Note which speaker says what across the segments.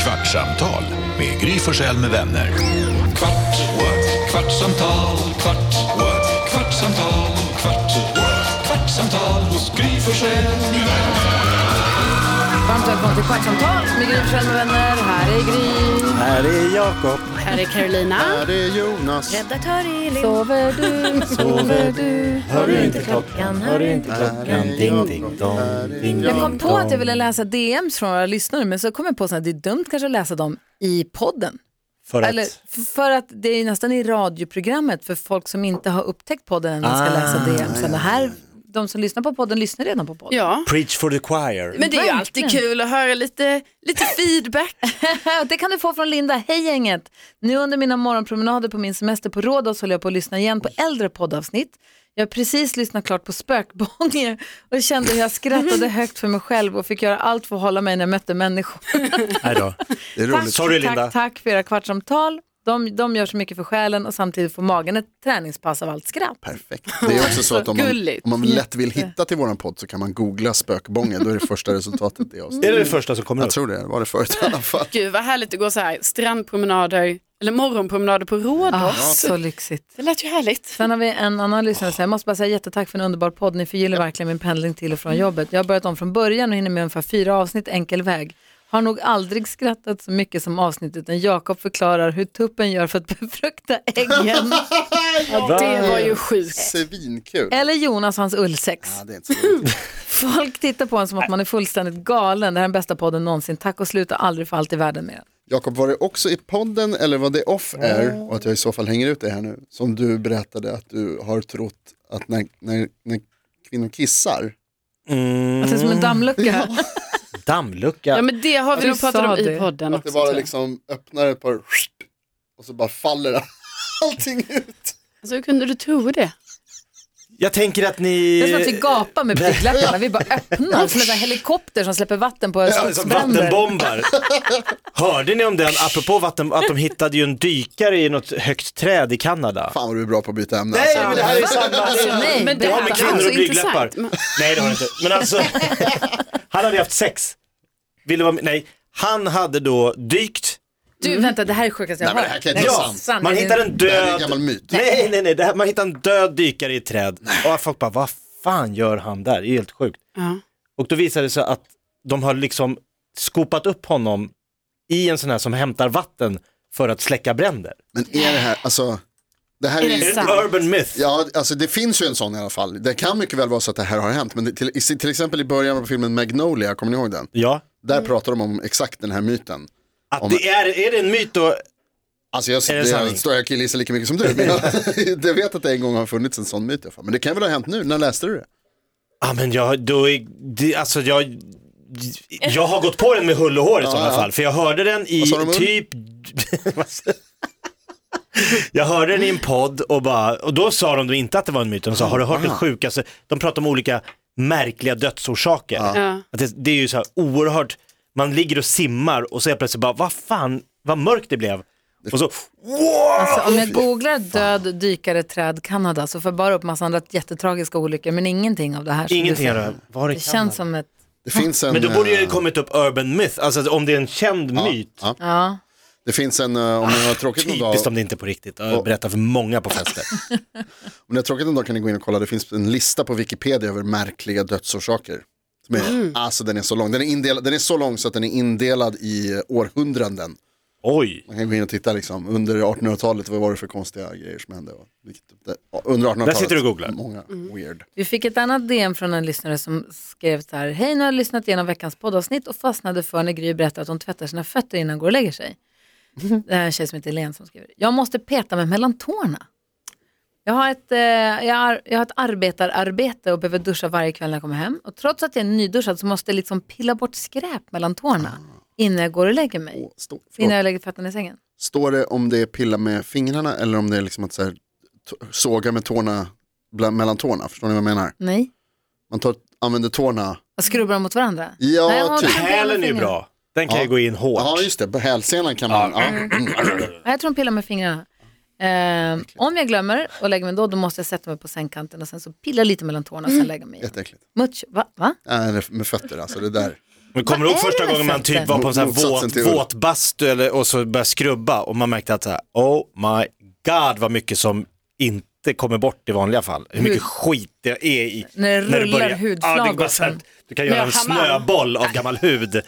Speaker 1: Kvartsamtal med Gry Forssell med vänner. Kvart, what? kvartsamtal, kvart, what? kvartsamtal, kvart, what? kvartsamtal hos Gry Forssell med vänner.
Speaker 2: Varmt välkommen till Kvartsamtal med Gry Forssell med vänner. Här är Gry.
Speaker 3: Här är Jakob.
Speaker 4: Här är Carolina.
Speaker 3: Här är Jonas.
Speaker 4: Redaktör Elin.
Speaker 2: Sover du? Sover du?
Speaker 3: Hör du inte klockan? Hör du inte klockan? Ding, ding, dong. Ding,
Speaker 2: Jag kom
Speaker 3: ding,
Speaker 2: på att jag
Speaker 3: dong.
Speaker 2: ville läsa DMs från våra lyssnare, men så kom jag på att det är dumt kanske att läsa dem i podden.
Speaker 3: För
Speaker 2: Eller,
Speaker 3: att...
Speaker 2: f- för att det är nästan i radioprogrammet för folk som inte har upptäckt podden än, man ska läsa DMs. Och här, de som lyssnar på podden lyssnar redan på podden.
Speaker 4: Ja,
Speaker 3: Preach for the choir.
Speaker 4: men det är ju alltid
Speaker 2: Verkligen.
Speaker 4: kul att höra lite, lite feedback.
Speaker 2: Det kan du få från Linda. Hej gänget! Nu under mina morgonpromenader på min semester på Rhodos håller jag på att lyssna igen på äldre poddavsnitt. Jag har precis lyssnat klart på Spökbånge och kände hur jag skrattade högt för mig själv och fick göra allt för att hålla mig när jag mötte människor.
Speaker 3: Nej då.
Speaker 5: Det är
Speaker 2: Tack,
Speaker 5: roligt.
Speaker 3: Sorry, Linda.
Speaker 2: tack, tack för era kvartsamtal. De, de gör så mycket för själen och samtidigt får magen ett träningspass av allt skratt.
Speaker 5: Perfekt. Det är också så att om man,
Speaker 4: Gulligt.
Speaker 5: om man lätt vill hitta till våran podd så kan man googla spökbånge, då är det första resultatet det avsnittet.
Speaker 3: Är det det första som kommer
Speaker 5: Jag
Speaker 3: upp?
Speaker 5: tror det, det var det förut i alla fall.
Speaker 4: Gud vad härligt att gå så här strandpromenader, eller morgonpromenader på
Speaker 2: Ah,
Speaker 4: Rhodos.
Speaker 2: så lyxigt.
Speaker 4: Det lät ju härligt.
Speaker 2: Sen har vi en annan lyssnare som säger, jag måste bara säga jättetack för en underbar podd. Ni förgyller verkligen min pendling till och från jobbet. Jag har börjat om från början och hinner med ungefär fyra avsnitt enkel väg. Har nog aldrig skrattat så mycket som avsnittet när Jakob förklarar hur tuppen gör för att befrukta äggen.
Speaker 3: Va?
Speaker 4: Det var ju sjukt.
Speaker 5: Svinkul.
Speaker 2: Eller Jonas och hans ullsex.
Speaker 5: Ja, det är inte så roligt.
Speaker 2: Folk tittar på en som att man är fullständigt galen. Det här är den bästa podden någonsin. Tack och sluta aldrig för allt i världen med den.
Speaker 5: Jakob, var det också i podden eller var det off air, och att jag i så fall hänger ut det här nu, som du berättade att du har trott att när, när, när kvinnor kissar,
Speaker 2: Att det är som en dammlucka.
Speaker 3: Mm, Dammlucka.
Speaker 4: Ja men det har vi
Speaker 2: Du
Speaker 4: nog pratat
Speaker 2: sa
Speaker 4: om
Speaker 2: det.
Speaker 4: i podden
Speaker 5: att det
Speaker 4: också.
Speaker 5: bara
Speaker 4: tror jag.
Speaker 5: liksom öppnar ett par och så bara faller allting ut.
Speaker 4: Alltså hur kunde du tro det?
Speaker 3: Jag tänker att ni...
Speaker 2: Det är som att vi gapar med blygdläpparna. Vi bara öppnar som en sån här helikopter som släpper vatten på
Speaker 3: Ja, som
Speaker 2: skogsbränder.
Speaker 3: vattenbombar. Hörde ni om den, apropå vatten, att de hittade ju en dykare i något högt träd i Kanada?
Speaker 5: Fan vad du är bra på att byta ämne.
Speaker 3: Nej, men det här är ju
Speaker 2: Alltså,
Speaker 3: samma.
Speaker 2: nej,
Speaker 4: Men det
Speaker 3: Det alltså
Speaker 2: berätta.
Speaker 3: har med
Speaker 4: här
Speaker 3: kvinnor
Speaker 4: så
Speaker 3: och blygdläppar.
Speaker 4: intressant. Men-
Speaker 3: Nej det har det inte. Men alltså, han hade haft sex. Vill du vara med? Nej, han hade då dykt.
Speaker 2: Du, vänta, det här är sjukaste jag
Speaker 5: Nej,
Speaker 2: har
Speaker 5: men det här kan inte
Speaker 2: Nej,
Speaker 5: vara
Speaker 2: det är
Speaker 5: sant.
Speaker 2: sant.
Speaker 3: Man
Speaker 2: Det är-
Speaker 3: hittar en
Speaker 5: Det här är en
Speaker 3: död.
Speaker 5: gammal myt.
Speaker 3: Nej, nej, nej. Det här, man hittar en död dykare i ett träd. Och folk bara, vad fan gör han där? Det är helt sjukt.
Speaker 4: Ja.
Speaker 3: Och då visade det sig att de har liksom skopat upp honom i en sån här som hämtar vatten för att släcka bränder.
Speaker 5: Men är det här, alltså, det här är,
Speaker 4: det
Speaker 5: ju-
Speaker 3: Är det
Speaker 4: Sant.
Speaker 3: en urban myth?
Speaker 5: Ja, alltså det finns ju en sån i alla fall. Det kan mycket väl vara så att det här har hänt. Men det, till, i- till exempel i början av filmen Magnolia, kommer ni ihåg den?
Speaker 3: Ja.
Speaker 5: Där pratar de om exakt den här myten.
Speaker 3: Att det är, är det en myt då?
Speaker 5: Alltså jag,
Speaker 3: Är det
Speaker 5: det
Speaker 3: sanning?
Speaker 5: jag står jag killgissar lika mycket som du. Men jag, jag vet att det en gång har funnits en sån myt. i alla fall. Men det kan väl ha hänt nu, när läste du det?
Speaker 3: Ja men jag, då är, det, alltså jag, jag har gått på den med hull och hår i sådana
Speaker 5: ja.
Speaker 3: fall. För jag hörde den i
Speaker 5: Vad sa du om hull?
Speaker 3: typ, vad sa- jag hörde den i en podd och bara, och då sa de då inte att det var en myt, de sa har du hört det sjukaste, de pratar om olika märkliga dödsorsaker.
Speaker 4: Ja.
Speaker 3: Att det, det är ju så här oerhört, man ligger och simmar och så helt plötsligt bara, vad fan, vad mörkt det blev. Och så, wow!
Speaker 2: Alltså, om jag googlar död dykare träd Kanada så får jag bara upp massa andra jättetragiska olyckor men ingenting av det här. som
Speaker 3: Ingenting
Speaker 2: du
Speaker 3: av
Speaker 2: säger.
Speaker 3: det här. Var det
Speaker 2: Det
Speaker 3: kan-
Speaker 2: känns som ett,
Speaker 5: Det finns en...
Speaker 3: Men då borde ju
Speaker 5: eh,
Speaker 3: det kommit upp urban myth, alltså att om det är en känd myt.
Speaker 5: Ja, ja.
Speaker 2: ja.
Speaker 5: Det finns en, eh, om ni har tråkigt någon dag,
Speaker 3: Typiskt om det inte är på riktigt. Jag berättar för många på fester.
Speaker 5: om ni har tråkigt någon dag kan ni gå in och kolla, det finns en lista på Wikipedia över märkliga dödsorsaker. Som är, Alltså den är så lång, den är, indelad, den är så lång så att den är indelad i eh, århundraden.
Speaker 3: Oj.
Speaker 5: Man kan gå in och titta liksom, under 1800-talet, vad var det för konstiga grejer som hände? Och vilket- det- ja, Under 1800-talet.
Speaker 3: Där sitter du och googlar.
Speaker 5: Många
Speaker 4: Mm.
Speaker 5: weird.
Speaker 2: Vi fick ett annat DM från en lyssnare som skrev så här. Hej, nu har jag lyssnat igenom veckans poddavsnitt och fastnade för när Gry berättade att hon tvättar sina fötter innan hon går och lägger sig. Det här är en tjej som heter Len som skriver. Jag måste peta mig mellan tårna. Jag har, ett, eh, jag, har, jag har ett arbetararbete och behöver duscha varje kväll när jag kommer hem. Och trots att jag är nyduschad så måste jag liksom pilla bort skräp mellan tårna innan jag går och lägger mig.
Speaker 5: Och stå, förlåt.
Speaker 2: Innan jag lägger fötterna i sängen.
Speaker 5: Står det om det är pilla med fingrarna eller om det är liksom att så här, t- såga med tårna bland, mellan tårna? Förstår ni vad jag menar?
Speaker 2: Nej.
Speaker 5: Man tar, använder tårna.
Speaker 2: Jag skrubbar dem mot varandra.
Speaker 5: Ja,
Speaker 2: Nej, jag har
Speaker 5: typ.
Speaker 2: inte pillat med
Speaker 3: Hälen är ju
Speaker 2: fingrarna.
Speaker 3: bra. Den kan
Speaker 5: Ja.
Speaker 3: ju gå in hårt.
Speaker 5: Ja, just det. Hälsenan kan man... Ja. Mm.
Speaker 2: Ja, jag tror hon pillar med fingrarna. Ehm, om jag glömmer och lägger mig då, då måste jag sätta mig på sängkanten och sen så pilla lite mellan tårna och sen lägga mig igen.
Speaker 5: Jätteäckligt.
Speaker 2: Much, va? va?
Speaker 5: Nej, det- med fötter alltså, det där.
Speaker 3: Men kommer du
Speaker 2: Vad
Speaker 3: ihåg
Speaker 2: är
Speaker 3: första
Speaker 2: det med
Speaker 3: gången man typ
Speaker 2: fettet?
Speaker 3: var på en sån här
Speaker 5: Motsatsen
Speaker 3: våt,
Speaker 5: till ull.
Speaker 3: våtbastu eller, och så började skrubba och man märkte att så här, oh my god vad mycket som inte kommer bort i vanliga fall. Hur mycket skit det är i.
Speaker 2: När det rullar
Speaker 3: börjar.
Speaker 2: hudflagor
Speaker 3: Ja, det är bara så här,
Speaker 2: sen.
Speaker 3: du kan göra en
Speaker 4: hammaren.
Speaker 3: snöboll av gammal hud.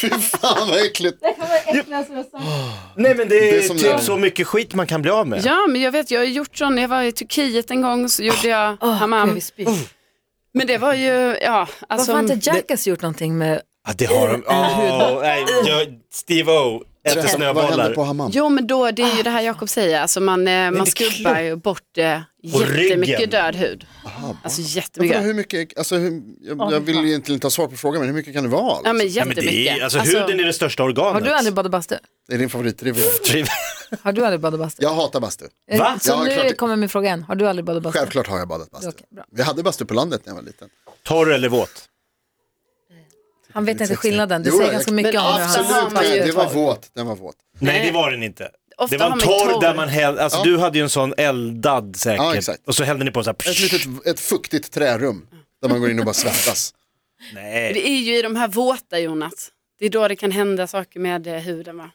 Speaker 5: Fy fan vad äckligt.
Speaker 3: Nej men det är,
Speaker 5: Det är som
Speaker 3: typ
Speaker 5: det.
Speaker 3: så mycket skit man kan bli av med.
Speaker 4: Ja, men jag vet, jag har gjort sån, när jag var i Turkiet en gång så gjorde jag
Speaker 2: Gud,
Speaker 4: hammam.
Speaker 2: Ah, vi spyr.
Speaker 3: Oh.
Speaker 4: Men det var ju, ja,
Speaker 2: Varför
Speaker 4: alltså.
Speaker 2: har inte Jackass gjort någonting med...
Speaker 3: Ja, det har de. Oh, nej, jag, Steve O äter
Speaker 5: Träffa- Vad hände
Speaker 3: snöbollar.
Speaker 5: på Hammam?
Speaker 4: Jo, men då, det är ju det
Speaker 2: Ah.
Speaker 4: här Jakob säger, alltså man, eh, man
Speaker 3: det är
Speaker 4: skrubbar ju bort eh,
Speaker 3: ryggen.
Speaker 4: jättemycket död hud. Alltså
Speaker 5: Vadå,
Speaker 4: jättemycket.
Speaker 5: hur mycket, alltså, hur, jag, jag vill ju egentligen inte ha svar på frågan, men hur mycket kan det vara?
Speaker 4: Ja,
Speaker 5: liksom?
Speaker 4: men
Speaker 3: Ja, men det är,
Speaker 4: jättemycket.
Speaker 3: alltså, huden är det största organet.
Speaker 2: Har du aldrig badat bastu?
Speaker 5: Det är din favoritdrivel.
Speaker 2: Har du aldrig badat bastu?
Speaker 5: Jag hatar bastu.
Speaker 2: Eh,
Speaker 3: Va?
Speaker 2: Så
Speaker 5: Ja,
Speaker 2: nu
Speaker 5: klart.
Speaker 2: kommer min fråga igen. Har du aldrig badat bastu?
Speaker 5: Självklart har jag badat bastu.
Speaker 2: Okej, bra.
Speaker 5: Vi hade bastu på landet när jag var liten.
Speaker 3: Torr eller våt?
Speaker 2: Han vet inte skillnaden. Det
Speaker 5: Jo,
Speaker 2: säger
Speaker 5: jag-
Speaker 2: ganska mycket
Speaker 4: Men
Speaker 2: om hur han
Speaker 4: absolut.
Speaker 2: ser ut.
Speaker 4: man ju
Speaker 5: Nej, det var
Speaker 4: torr.
Speaker 5: våt. Den var våt.
Speaker 3: Nej,
Speaker 4: Nej.
Speaker 3: det var den inte.
Speaker 4: Ofta
Speaker 3: det var
Speaker 4: har
Speaker 3: en
Speaker 4: man
Speaker 3: torr,
Speaker 4: torr.
Speaker 3: där man hällde, alltså
Speaker 5: Ja.
Speaker 3: du hade ju en sån eldad säkert.
Speaker 5: Ja, exakt.
Speaker 3: Och så hällde ni på så här,
Speaker 5: Ett litet ett fuktigt trärum där man går in och bara svettas.
Speaker 3: nej.
Speaker 4: Det är ju i de här våta, Jonas. Det är då det kan hända saker med eh, huden, va?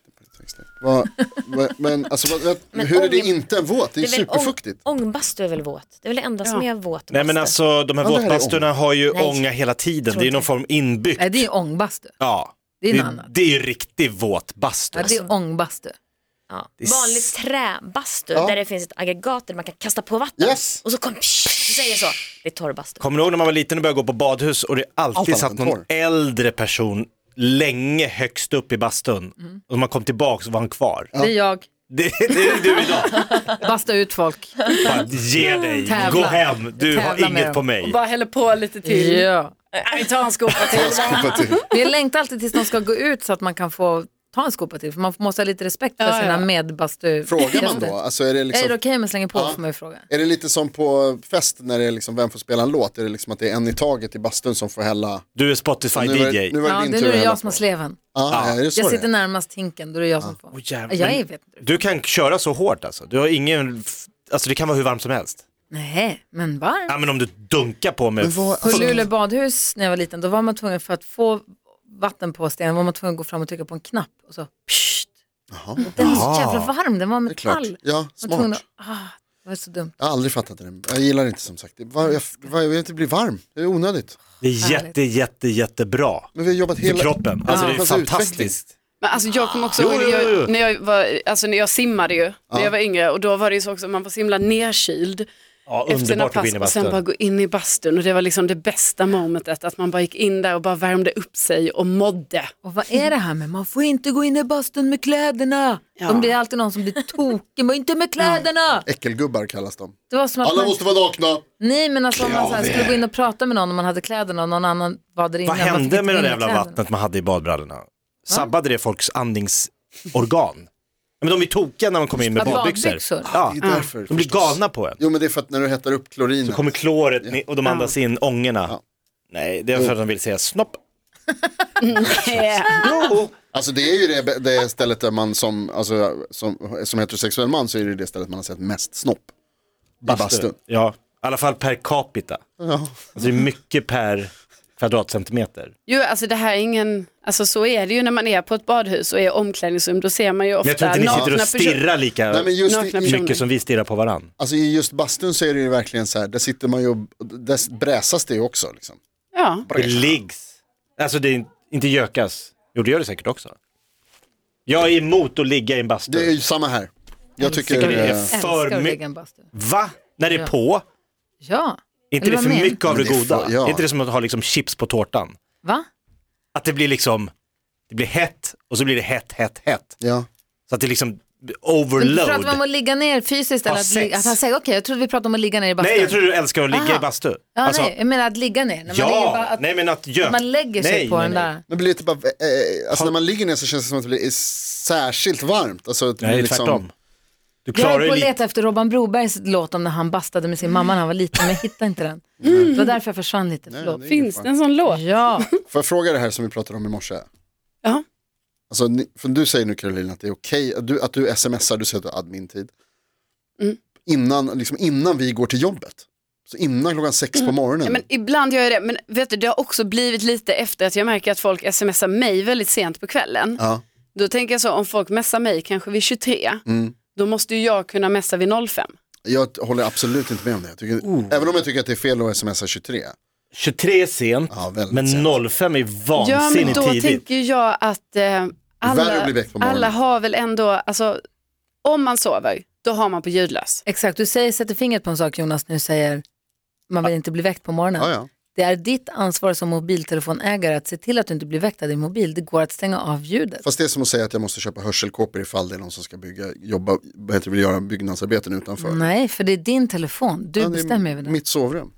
Speaker 5: Vad- vad- men alltså, vad, vad, hur är det
Speaker 6: ång-
Speaker 5: inte en våt? Det är ju
Speaker 6: Det är väl
Speaker 5: superfuktigt.
Speaker 6: Ång, ångbastu är väl våt? Det är väl det enda som
Speaker 4: Ja.
Speaker 6: är våt?
Speaker 3: Nej men
Speaker 6: bastu.
Speaker 3: alltså de här
Speaker 5: Ja, det här är
Speaker 3: våtbasturna har ju
Speaker 6: Nej.
Speaker 3: ånga hela tiden, det är
Speaker 6: inte.
Speaker 3: någon form inbyggt.
Speaker 2: Nej, det är ju ångbastu.
Speaker 3: Ja.
Speaker 2: Det är
Speaker 3: det,
Speaker 2: något annat.
Speaker 3: det är ju riktig våtbastu. alltså.
Speaker 2: Ja, det är ångbastu.
Speaker 6: ja.
Speaker 3: är s-
Speaker 6: Vanlig träbastu
Speaker 5: Ja.
Speaker 6: där det finns ett aggregat där man kan kasta på vatten
Speaker 5: Yes.
Speaker 6: och så kom, psh, säger så. Det är torrbastu.
Speaker 3: Kommer du ihåg när man var liten och började gå på badhus och det
Speaker 5: Allt
Speaker 3: alltid
Speaker 5: annat
Speaker 3: satt
Speaker 5: än
Speaker 3: någon
Speaker 5: torr.
Speaker 3: äldre person länge högst upp i bastun.
Speaker 2: Mm.
Speaker 3: Och när man kom tillbaka så var han kvar.
Speaker 2: Det är jag.
Speaker 3: Det, det är du idag.
Speaker 2: Basta ut folk.
Speaker 3: Bara, ge dig,
Speaker 2: Tävla.
Speaker 3: gå hem, du
Speaker 2: Tävla
Speaker 3: har
Speaker 2: med
Speaker 3: inget
Speaker 2: dem.
Speaker 3: på mig.
Speaker 4: Bara häller på lite till.
Speaker 2: Ja.
Speaker 4: Vi tar en skopa till.
Speaker 2: Ah.
Speaker 5: Skopa till.
Speaker 2: Vi längtar alltid tills de ska gå ut så att man kan få ta en skopa till. För man måste ha lite respekt för
Speaker 4: Ja,
Speaker 2: sina
Speaker 4: ja.
Speaker 2: medbastu.
Speaker 5: Frågar man
Speaker 2: gäster.
Speaker 5: då? Alltså, är, det
Speaker 2: Är det
Speaker 5: liksom,
Speaker 2: okej om jag slänger på får man ju fråga.
Speaker 5: är det lite som på fest när det är liksom, vem får spela en låt? Är det liksom att det är en i taget i bastun som får hälla?
Speaker 3: Du är
Speaker 5: Nu var, det-
Speaker 3: Spotify-DJ.
Speaker 5: nu var det
Speaker 2: Ja,
Speaker 5: din
Speaker 2: det är
Speaker 5: tur
Speaker 2: nu
Speaker 5: att hälla
Speaker 2: jag som har
Speaker 5: på.
Speaker 2: sleven.
Speaker 5: Ah, är det så
Speaker 2: Jag
Speaker 5: det är?
Speaker 2: sitter närmast hinken, då är det jag som får.
Speaker 3: jävlar.
Speaker 2: jag vet inte.
Speaker 3: Du kan köra så hårt alltså. Du har ingen, alltså det kan vara hur varmt som helst.
Speaker 2: Nej, men varmt.
Speaker 3: Ja men om du dunkar på med,
Speaker 5: vad- alltså-
Speaker 2: På Luleå badhus när jag var liten, då var man tvungen för att få vatten på stenen var man tvungen att gå fram och trycka på en knapp och så pssst. Den var så jävla varm, den var
Speaker 5: Det är klart.
Speaker 2: metall.
Speaker 5: Ja,
Speaker 2: Man var tvungen
Speaker 5: smart.
Speaker 2: att, ah, det var så dumt.
Speaker 5: Jag har aldrig fattat det. Jag gillar det inte som sagt. Det var, jag, var, jag vill inte bli varm. Det är onödigt.
Speaker 3: det är jätte, jätte, jättebra.
Speaker 5: Men vi har jobbat
Speaker 3: För
Speaker 5: hela...
Speaker 3: kroppen, alltså det är
Speaker 5: Alltså,
Speaker 3: fantastiskt.
Speaker 4: Men alltså jag kommer också
Speaker 3: Jo,
Speaker 4: ihåg
Speaker 3: jo,
Speaker 4: när
Speaker 3: jo, jo.
Speaker 4: jag, när jag, var, alltså när jag simmade ju, när jag var yngre och då var det ju så också, man var så himla nerkyld
Speaker 3: Ja,
Speaker 4: efter sina
Speaker 3: underbart att gå
Speaker 4: pass
Speaker 3: in i
Speaker 4: och sen bara
Speaker 3: bastun.
Speaker 4: gå in i bastun och det var liksom det bästa momentet, att man bara gick in där och bara värmde upp sig och mådde.
Speaker 2: Och vad är det här med, man får inte gå in i bastun med kläderna.
Speaker 4: Ja.
Speaker 2: De blir alltid någon som blir tokig, men inte med kläderna.
Speaker 5: Äckelgubbar kallas de.
Speaker 2: Det var som att
Speaker 5: Alla
Speaker 2: man,
Speaker 5: måste vara nakna.
Speaker 2: nej men alltså om man så här skulle gå in och prata med någon och man hade kläderna och någon annan var där inne.
Speaker 3: Vad
Speaker 2: man fick
Speaker 3: hände
Speaker 2: inte gå
Speaker 3: med det
Speaker 2: in
Speaker 3: där jävla
Speaker 2: kläderna.
Speaker 3: vattnet man hade i badbrallorna? Sabbade det folks andningsorgan? Ja, Men de är tokiga när man kommer in med
Speaker 2: Ja,
Speaker 3: badbyxor.
Speaker 2: badbyxor.
Speaker 3: Ja,
Speaker 5: Det är därför.
Speaker 3: de blir
Speaker 5: förstås.
Speaker 3: galna på en.
Speaker 5: Jo men det är för att när du hettar upp klorinet.
Speaker 3: Så kommer kloret ni- och de andas in ångorna. Nej, det är för att de vill säga snopp. Jo.
Speaker 5: Alltså det är ju det, det stället där man som, alltså, som, som heterosexuell man så är det det stället man har sett mest snopp. I bastun.
Speaker 3: Ja, i alla fall per capita.
Speaker 5: Ja.
Speaker 3: Alltså det är mycket per kvadratcentimeter.
Speaker 4: Jo, alltså det här är ingen, alltså så är det ju när man är på ett badhus och är i omklädningsrum, då ser man ju ofta
Speaker 3: Men jag tror inte ni sitter och
Speaker 4: nakna personer.
Speaker 3: stirrar lika
Speaker 5: Nej men just
Speaker 4: Nakna
Speaker 5: i,
Speaker 4: personer.
Speaker 3: mycket som vi stirrar på varann.
Speaker 5: alltså, i just bastun så är det ju verkligen så här, där sitter man ju och där bräsas det ju också. Liksom.
Speaker 4: Ja,
Speaker 3: Det liggs. Alltså det är inte gökas. Jo, det gör det säkert också. Jag är emot att ligga i en bastu.
Speaker 5: Det är ju samma här. Jag tycker,
Speaker 3: tycker det är
Speaker 5: eh,
Speaker 3: För
Speaker 2: Älskar att
Speaker 3: my-
Speaker 2: lägga en bastu.
Speaker 3: Va? När det är på?
Speaker 2: Ja.
Speaker 3: Är inte
Speaker 2: Eller
Speaker 3: det
Speaker 2: vad
Speaker 3: för
Speaker 2: menar-
Speaker 3: mycket av det
Speaker 5: Men det är
Speaker 3: goda?
Speaker 5: för- ja.
Speaker 3: Är inte det som att ha liksom chips på tårtan?
Speaker 2: Va?
Speaker 3: Att det blir liksom, det blir hett och så blir det hett, hett, hett.
Speaker 5: ja.
Speaker 3: Så att det liksom
Speaker 2: Men pratar
Speaker 3: overload.
Speaker 2: man om att ligga ner fysiskt eller
Speaker 3: Ha
Speaker 2: att, li-
Speaker 3: sex.
Speaker 2: att han säger okej, jag trodde vi pratade om att ligga ner i bastun.
Speaker 3: Nej, jag tror du älskar att ligga
Speaker 2: Aha.
Speaker 3: i bastu.
Speaker 2: Ja,
Speaker 3: Alltså,
Speaker 2: nej, jag menar att ligga ner. När man ligger
Speaker 3: ja.
Speaker 2: bara att,
Speaker 3: nej men att gö-
Speaker 2: att man lägger sig
Speaker 3: nej,
Speaker 2: på
Speaker 3: nej,
Speaker 2: den
Speaker 3: nej.
Speaker 2: där.
Speaker 5: Men det blir lite bara, eh, alltså när man ligger ner så känns det som att det blir särskilt varmt. Alltså, att det
Speaker 3: Nej,
Speaker 5: blir liksom,
Speaker 3: tvärtom. Du
Speaker 2: Jag
Speaker 3: klarar
Speaker 2: är på
Speaker 3: ju
Speaker 2: att
Speaker 3: lite.
Speaker 2: leta efter Robban Brobergs låt om när han bastade med sin mamma när han var liten, men jag hittade inte den.
Speaker 3: Mm.
Speaker 2: Det var därför jag försvann lite,
Speaker 5: Nej,
Speaker 2: förlåt.
Speaker 5: det är
Speaker 4: finns det en sån låt?
Speaker 2: Ja,
Speaker 5: Får jag fråga det här som vi pratade om i morse?
Speaker 4: Ja.
Speaker 5: Alltså, ni, för du säger nu Caroline att det är okej att, du, att du smsar, du säger att du har admin-tid.
Speaker 4: Mm.
Speaker 5: Innan, liksom, innan vi går till jobbet.
Speaker 7: Så innan klockan sex på morgonen.
Speaker 4: Mm. Ja, men ibland gör jag det, men vet du, det har också blivit lite efter att jag märker att folk smsar mig väldigt sent på kvällen.
Speaker 7: Ja.
Speaker 4: Då tänker jag så, om folk messar mig kanske vid 23,
Speaker 7: Mm.
Speaker 4: då måste ju jag kunna messa vid 05.
Speaker 7: Jag håller absolut inte med om det. Jag tycker,
Speaker 4: Oh.
Speaker 7: Även om jag tycker att det är fel att smsa 23.
Speaker 3: 23 är sent,
Speaker 7: Ja, väldigt
Speaker 3: men
Speaker 7: sent.
Speaker 3: 05 är
Speaker 4: Ja, men
Speaker 3: vansinnigt
Speaker 4: då
Speaker 3: tidigt.
Speaker 4: tänker jag att eh,
Speaker 7: Värre
Speaker 4: alla,
Speaker 7: att bli väckt på morgonen.
Speaker 4: alla har väl ändå, alltså om man sover, då har man på ljudlös.
Speaker 2: Exakt, du säger, sätter fingret på en sak Jonas när du säger man vill inte bli väckt på morgonen.
Speaker 7: Ja, ja.
Speaker 2: Det är ditt ansvar som mobiltelefonägare att se till att du inte blir väckt av din mobil. Det går att stänga av ljudet.
Speaker 7: Fast det är som att säga att jag måste köpa hörselkåpor ifall det är någon som ska bygga, jobba, vad heter det, vill göra byggnadsarbeten utanför.
Speaker 2: Nej, för det är din telefon. Mm, Du
Speaker 7: Ja, det är
Speaker 2: bestämmer över den.
Speaker 7: Mitt sovrum.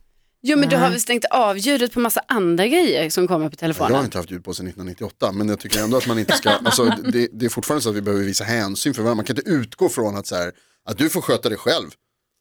Speaker 4: Jo men du har väl stängt av ljudet på massa andra grejer som kommer på
Speaker 7: Jag har
Speaker 4: telefonen.
Speaker 7: inte haft ljud på sedan 1998 men jag tycker ändå att man inte ska, alltså, det, det är fortfarande så att vi behöver visa hänsyn för varandra. Man kan inte utgå från att, så här, att du får sköta dig själv.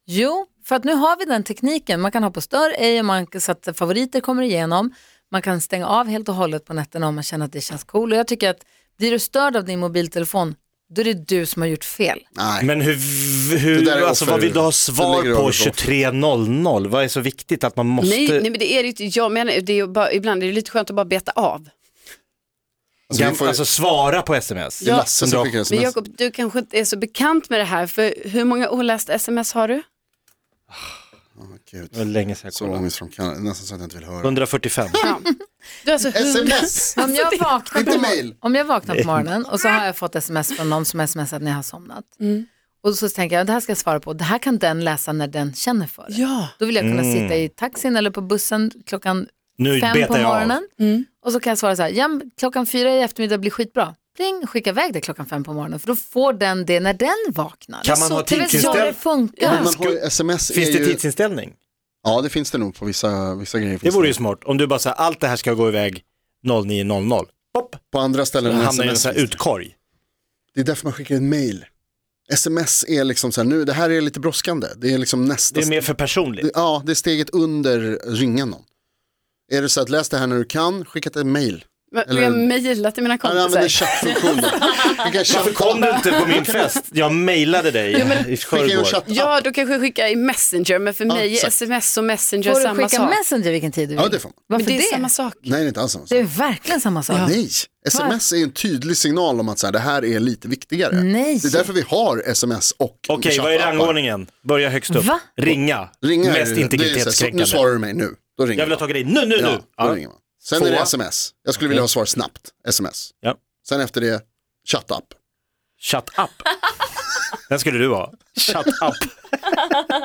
Speaker 2: Jo, för att nu har vi den tekniken. Man kan ha på stör ej och man kan, så att favoriter kommer igenom. Man kan stänga av helt och hållet på nätterna om man känner att det känns cool. Och jag tycker att blir du störd av din mobiltelefon, då är det du som har gjort fel.
Speaker 7: Nej, alltså,
Speaker 3: Men hur,
Speaker 7: Det där
Speaker 3: hur
Speaker 7: är
Speaker 3: alltså,
Speaker 7: offer.
Speaker 3: vad vill du ha
Speaker 7: Det ligger
Speaker 3: svar på
Speaker 7: över så.
Speaker 3: 23.00? Vad är så viktigt att man måste...
Speaker 4: Nej, nej men det är det ju inte, jag menar, det är ju bara, ibland är det lite skönt att bara beta av.
Speaker 7: alltså, vi
Speaker 3: Gam-
Speaker 7: får,
Speaker 3: alltså svara på sms.
Speaker 7: det är Lasse som
Speaker 3: Bra.
Speaker 7: skickar
Speaker 4: Men
Speaker 7: sms.
Speaker 4: Jakob, du kanske inte är så bekant med det här, för hur många olästa sms har du?
Speaker 7: Åh,
Speaker 3: Det var
Speaker 7: Gud.
Speaker 3: länge sedan jag
Speaker 7: Så
Speaker 3: kollade.
Speaker 7: ångestframkallande, nästan så att jag inte vill höra.
Speaker 3: 145.
Speaker 4: Du har alltså hur...
Speaker 7: Sms!
Speaker 2: Om jag, vaknar
Speaker 7: Inte
Speaker 2: på,
Speaker 7: mail.
Speaker 2: mor- om jag vaknar på morgonen och så har jag fått sms från någon som smsat när jag har somnat. Och så tänker jag, det här ska jag svara på, det här kan den läsa när den känner för det.
Speaker 4: Ja.
Speaker 2: Då vill jag kunna sitta i taxin eller på bussen klockan
Speaker 3: Nu
Speaker 2: fem på
Speaker 3: Mm. betar jag av.
Speaker 2: morgonen.
Speaker 4: Mm.
Speaker 2: Och så kan jag svara så här, ja, men klockan fyra i eftermiddag blir skitbra. Pling, skicka iväg det klockan fem på morgonen för då får den det när den vaknar.
Speaker 3: Kan man
Speaker 2: Så
Speaker 3: ha
Speaker 2: det är väl så
Speaker 3: tidsinställ-
Speaker 2: det funkar.
Speaker 7: Men man har ju, sms är
Speaker 3: Finns det
Speaker 7: ju,
Speaker 3: tidsinställning?
Speaker 7: ja det finns det nog på vissa, vissa grejer.
Speaker 3: Det
Speaker 7: finns
Speaker 3: vore ju smart. Om du bara säger allt det här ska gå iväg 09.00. Hopp,
Speaker 7: På andra ställen
Speaker 3: då
Speaker 7: än
Speaker 3: hamnar i en
Speaker 7: sms.
Speaker 3: sån här utkorg.
Speaker 7: Det är därför man skickar en mail. Sms är liksom så här, nu, det här är lite brådskande. Det är liksom nästa
Speaker 3: Det är mer
Speaker 7: steg.
Speaker 3: för personligt.
Speaker 7: Det- Ja, det är steget under ringa någon. Är det så att läs det här när du kan, skicka ett mail.
Speaker 4: Men
Speaker 7: Eller-
Speaker 4: Jag mejlar till mina
Speaker 7: Han använder
Speaker 4: kompisar.
Speaker 7: chattfunktionen. Skicka
Speaker 3: Varför kom
Speaker 7: chatt-
Speaker 3: du inte på min fest? Jag mejlade dig i
Speaker 7: skicka in en
Speaker 3: förrgår.
Speaker 7: chatt.
Speaker 4: Ja, då kanske jag skickar i Messenger, men för mig är
Speaker 7: exakt.
Speaker 4: sms och Messenger
Speaker 2: Får du
Speaker 4: samma
Speaker 2: skicka
Speaker 4: sak.
Speaker 2: Messenger vilken tid du vill?
Speaker 7: Ja, det får man.
Speaker 2: Varför
Speaker 4: Men
Speaker 2: det?
Speaker 4: det är samma sak.
Speaker 7: Nej, det är inte alls samma sak.
Speaker 2: Det är verkligen samma sak.
Speaker 7: Nej, sms är en tydlig signal om att så här, det här är lite viktigare.
Speaker 2: Nej.
Speaker 7: Det är därför vi har sms och
Speaker 3: Okej, vad är
Speaker 7: chattappar.
Speaker 3: rangordningen? Börja högst upp.
Speaker 2: Va?
Speaker 3: Ringa.
Speaker 7: Ringa är det-
Speaker 3: Mest
Speaker 7: det är så här, Nu
Speaker 3: integritetskränkande.
Speaker 7: svarar du mig nu, då ringer
Speaker 3: Jag vill ha
Speaker 7: jag.
Speaker 3: tag i dig nu, nu, nu.
Speaker 7: Ja, då
Speaker 3: Ja.
Speaker 7: ringer man. Sen
Speaker 3: Tvåa.
Speaker 7: är det sms. Jag skulle vilja ha svar snabbt. Sms.
Speaker 3: Ja.
Speaker 7: Sen efter det, chattapp.
Speaker 3: Shut up. Den skulle du ha. Shut up.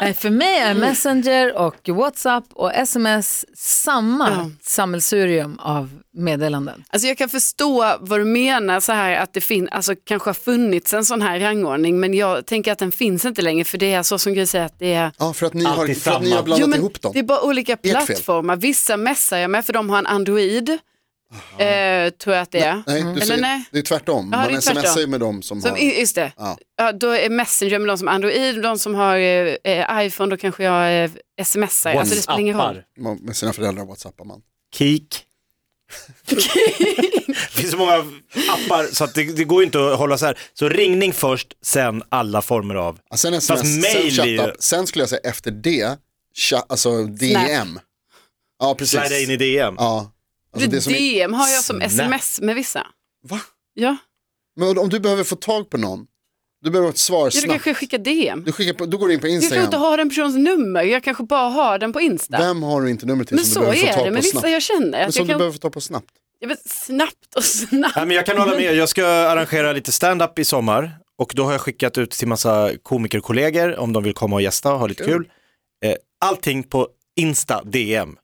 Speaker 2: Nej, för mig är Messenger och WhatsApp och sms samma sammelsurium av meddelanden.
Speaker 4: Alltså jag kan förstå vad du menar, så här att det fin- alltså, kanske har funnits en sån här rangordning, men jag tänker att den finns inte längre, för det är så som Gry säger att det är
Speaker 7: Ja, för att ni, har,
Speaker 3: Alltid
Speaker 7: för att ni
Speaker 3: samma.
Speaker 7: har blandat
Speaker 4: men
Speaker 7: ihop dem.
Speaker 4: Det är bara olika
Speaker 7: fel.
Speaker 4: plattformar. Vissa messar jag med för de har en Android, eh, tror jag att det är.
Speaker 7: Nej, du
Speaker 4: Eller
Speaker 7: säger,
Speaker 4: nej?
Speaker 7: det är tvärtom.
Speaker 4: Ja, det är
Speaker 7: Man
Speaker 4: tvärtom.
Speaker 7: smsar ju med dem som,
Speaker 4: Som,
Speaker 7: har...
Speaker 4: i- just det.
Speaker 7: Ja.
Speaker 4: Ja, då är Messenger med de som har Android, de som har eh, eh, iPhone, då kanske jag eh, smsar. Alltså det spelar ingen roll.
Speaker 3: Whatsappar.
Speaker 7: man- Med sina föräldrar whatsappar man.
Speaker 3: Kik. det finns så många appar så att det, det går ju inte att hålla så här. Så ringning först, sen alla former av.
Speaker 7: Ja, Sen
Speaker 3: Fast
Speaker 7: sms, sen
Speaker 3: mail är ju-
Speaker 7: chattapp. Sen skulle jag säga efter det, cha, alltså DM. Ja, precis.
Speaker 3: Slida in i DM.
Speaker 7: Ja. Alltså det som är...
Speaker 4: DM har jag som
Speaker 3: Snap.
Speaker 4: sms med vissa.
Speaker 7: Va?
Speaker 4: Ja,
Speaker 7: Men om du behöver få tag på någon, du behöver ett svar
Speaker 4: ja då
Speaker 7: snabbt.
Speaker 4: kanske jag skickar DM.
Speaker 7: Du, skickar på, du går in på
Speaker 4: Jag kanske inte
Speaker 7: Instagram.
Speaker 4: har den personens nummer, jag kanske bara har den på Insta.
Speaker 7: Vem har du inte numret till
Speaker 4: Men
Speaker 7: som
Speaker 4: så
Speaker 7: du behöver få
Speaker 4: är
Speaker 7: tag
Speaker 4: det
Speaker 7: på
Speaker 4: med vissa
Speaker 7: snabbt?
Speaker 4: jag känner.
Speaker 7: Men
Speaker 4: Att
Speaker 7: som
Speaker 4: jag
Speaker 7: du
Speaker 4: kan,
Speaker 7: behöver få tag på snabbt.
Speaker 4: jag vet, snabbt och snabbt.
Speaker 3: Nej, men jag kan hålla med, jag ska arrangera lite stand-up i sommar och då har jag skickat ut till massa komikerkollegor om de vill komma och gästa och ha lite kul. Eh, Allting på Insta DM.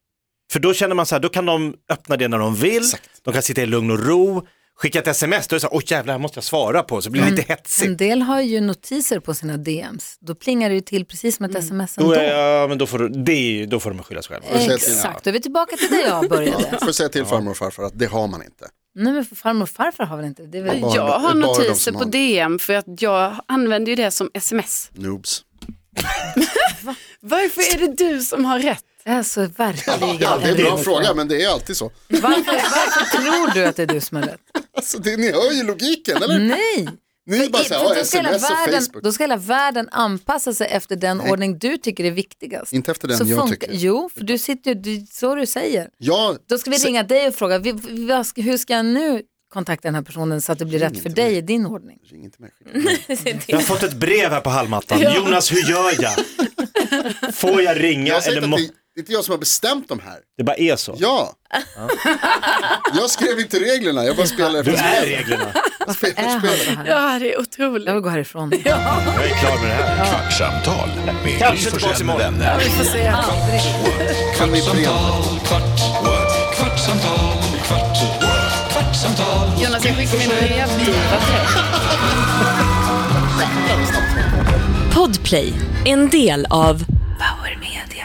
Speaker 3: För då känner man så här, då kan de öppna det när de vill, de kan sitta i lugn och ro, skicka ett sms, då är det så här, åh jävlar, här måste jag svara på, så blir det lite
Speaker 2: En
Speaker 3: hetsigt.
Speaker 2: del har ju notiser på sina DMs. Då plingar det ju till precis
Speaker 4: Mm.
Speaker 2: som ett sms
Speaker 3: Då,
Speaker 2: ändå.
Speaker 3: är, ja, men då, får du, det är, ju- då får de skylla sig själva.
Speaker 7: Får jag säga till-
Speaker 2: Exakt, då är vi tillbaka till där jag började.
Speaker 7: Ja, får jag säga till farmor och farfar att det har man inte.
Speaker 2: Nej men för farmor och farfar har väl inte det? Är väl...
Speaker 7: Bara-
Speaker 4: Jag har
Speaker 7: bara de som
Speaker 4: notiser
Speaker 7: har
Speaker 4: på
Speaker 7: det.
Speaker 4: DM för att jag använder ju det som sms.
Speaker 7: Noobs.
Speaker 4: Varför är det du som har rätt?
Speaker 2: Alltså verkligen.
Speaker 7: Ja, det är en bra fråga, men det är alltid så.
Speaker 2: Varför, varför tror du att det är du som har rätt?
Speaker 7: Alltså, det, ni hör ju logiken, eller?
Speaker 2: Nej,
Speaker 7: Ni är bara
Speaker 2: I-
Speaker 7: så här,
Speaker 2: Mm. för
Speaker 7: "Ja,
Speaker 2: då, ska hela
Speaker 7: sms och
Speaker 2: världen,
Speaker 7: Facebook."
Speaker 2: då ska hela världen anpassa sig efter den
Speaker 7: Nej.
Speaker 2: ordning du tycker är viktigast.
Speaker 7: Inte efter den
Speaker 2: så
Speaker 7: jag
Speaker 2: funkar-
Speaker 7: tycker.
Speaker 2: Jo, för du sitter ju, du- så du säger.
Speaker 7: Ja,
Speaker 2: Då ska vi
Speaker 7: Se-
Speaker 2: ringa dig och fråga, vi, vi- vad ska- hur ska jag nu kontakta den här personen så att det blir rätt för dig i din ordning?
Speaker 7: ring inte mig. skicka.
Speaker 3: Jag har fått ett brev här på hallmattan. Jonas, hur gör jag? Får jag ringa?
Speaker 7: Jag har sagt
Speaker 3: eller
Speaker 7: att
Speaker 3: må-
Speaker 7: det, det är inte jag som har bestämt de här.
Speaker 3: det bara är så.
Speaker 7: Ja. jag skrev inte reglerna, jag bara spelar
Speaker 3: Du
Speaker 7: efter
Speaker 3: är
Speaker 7: spelet.
Speaker 3: reglerna.
Speaker 2: Är han så här?
Speaker 4: Ja, det är otroligt.
Speaker 2: Jag vill gå härifrån.
Speaker 3: Jag är klar med det här.
Speaker 1: Kvartsamtal med Gry
Speaker 3: Kanske tillbaks
Speaker 1: Forssell med
Speaker 3: imorgon.
Speaker 1: vänner.
Speaker 4: Vi får se.
Speaker 7: Kan ni förenas?
Speaker 1: Kvartsamtal, kvart, what? kvartsamtal, kvart, what? kvartsamtal,
Speaker 4: Jonas, jag skickar mina brev vidare till dig.
Speaker 6: Podplay, en del av Power Media.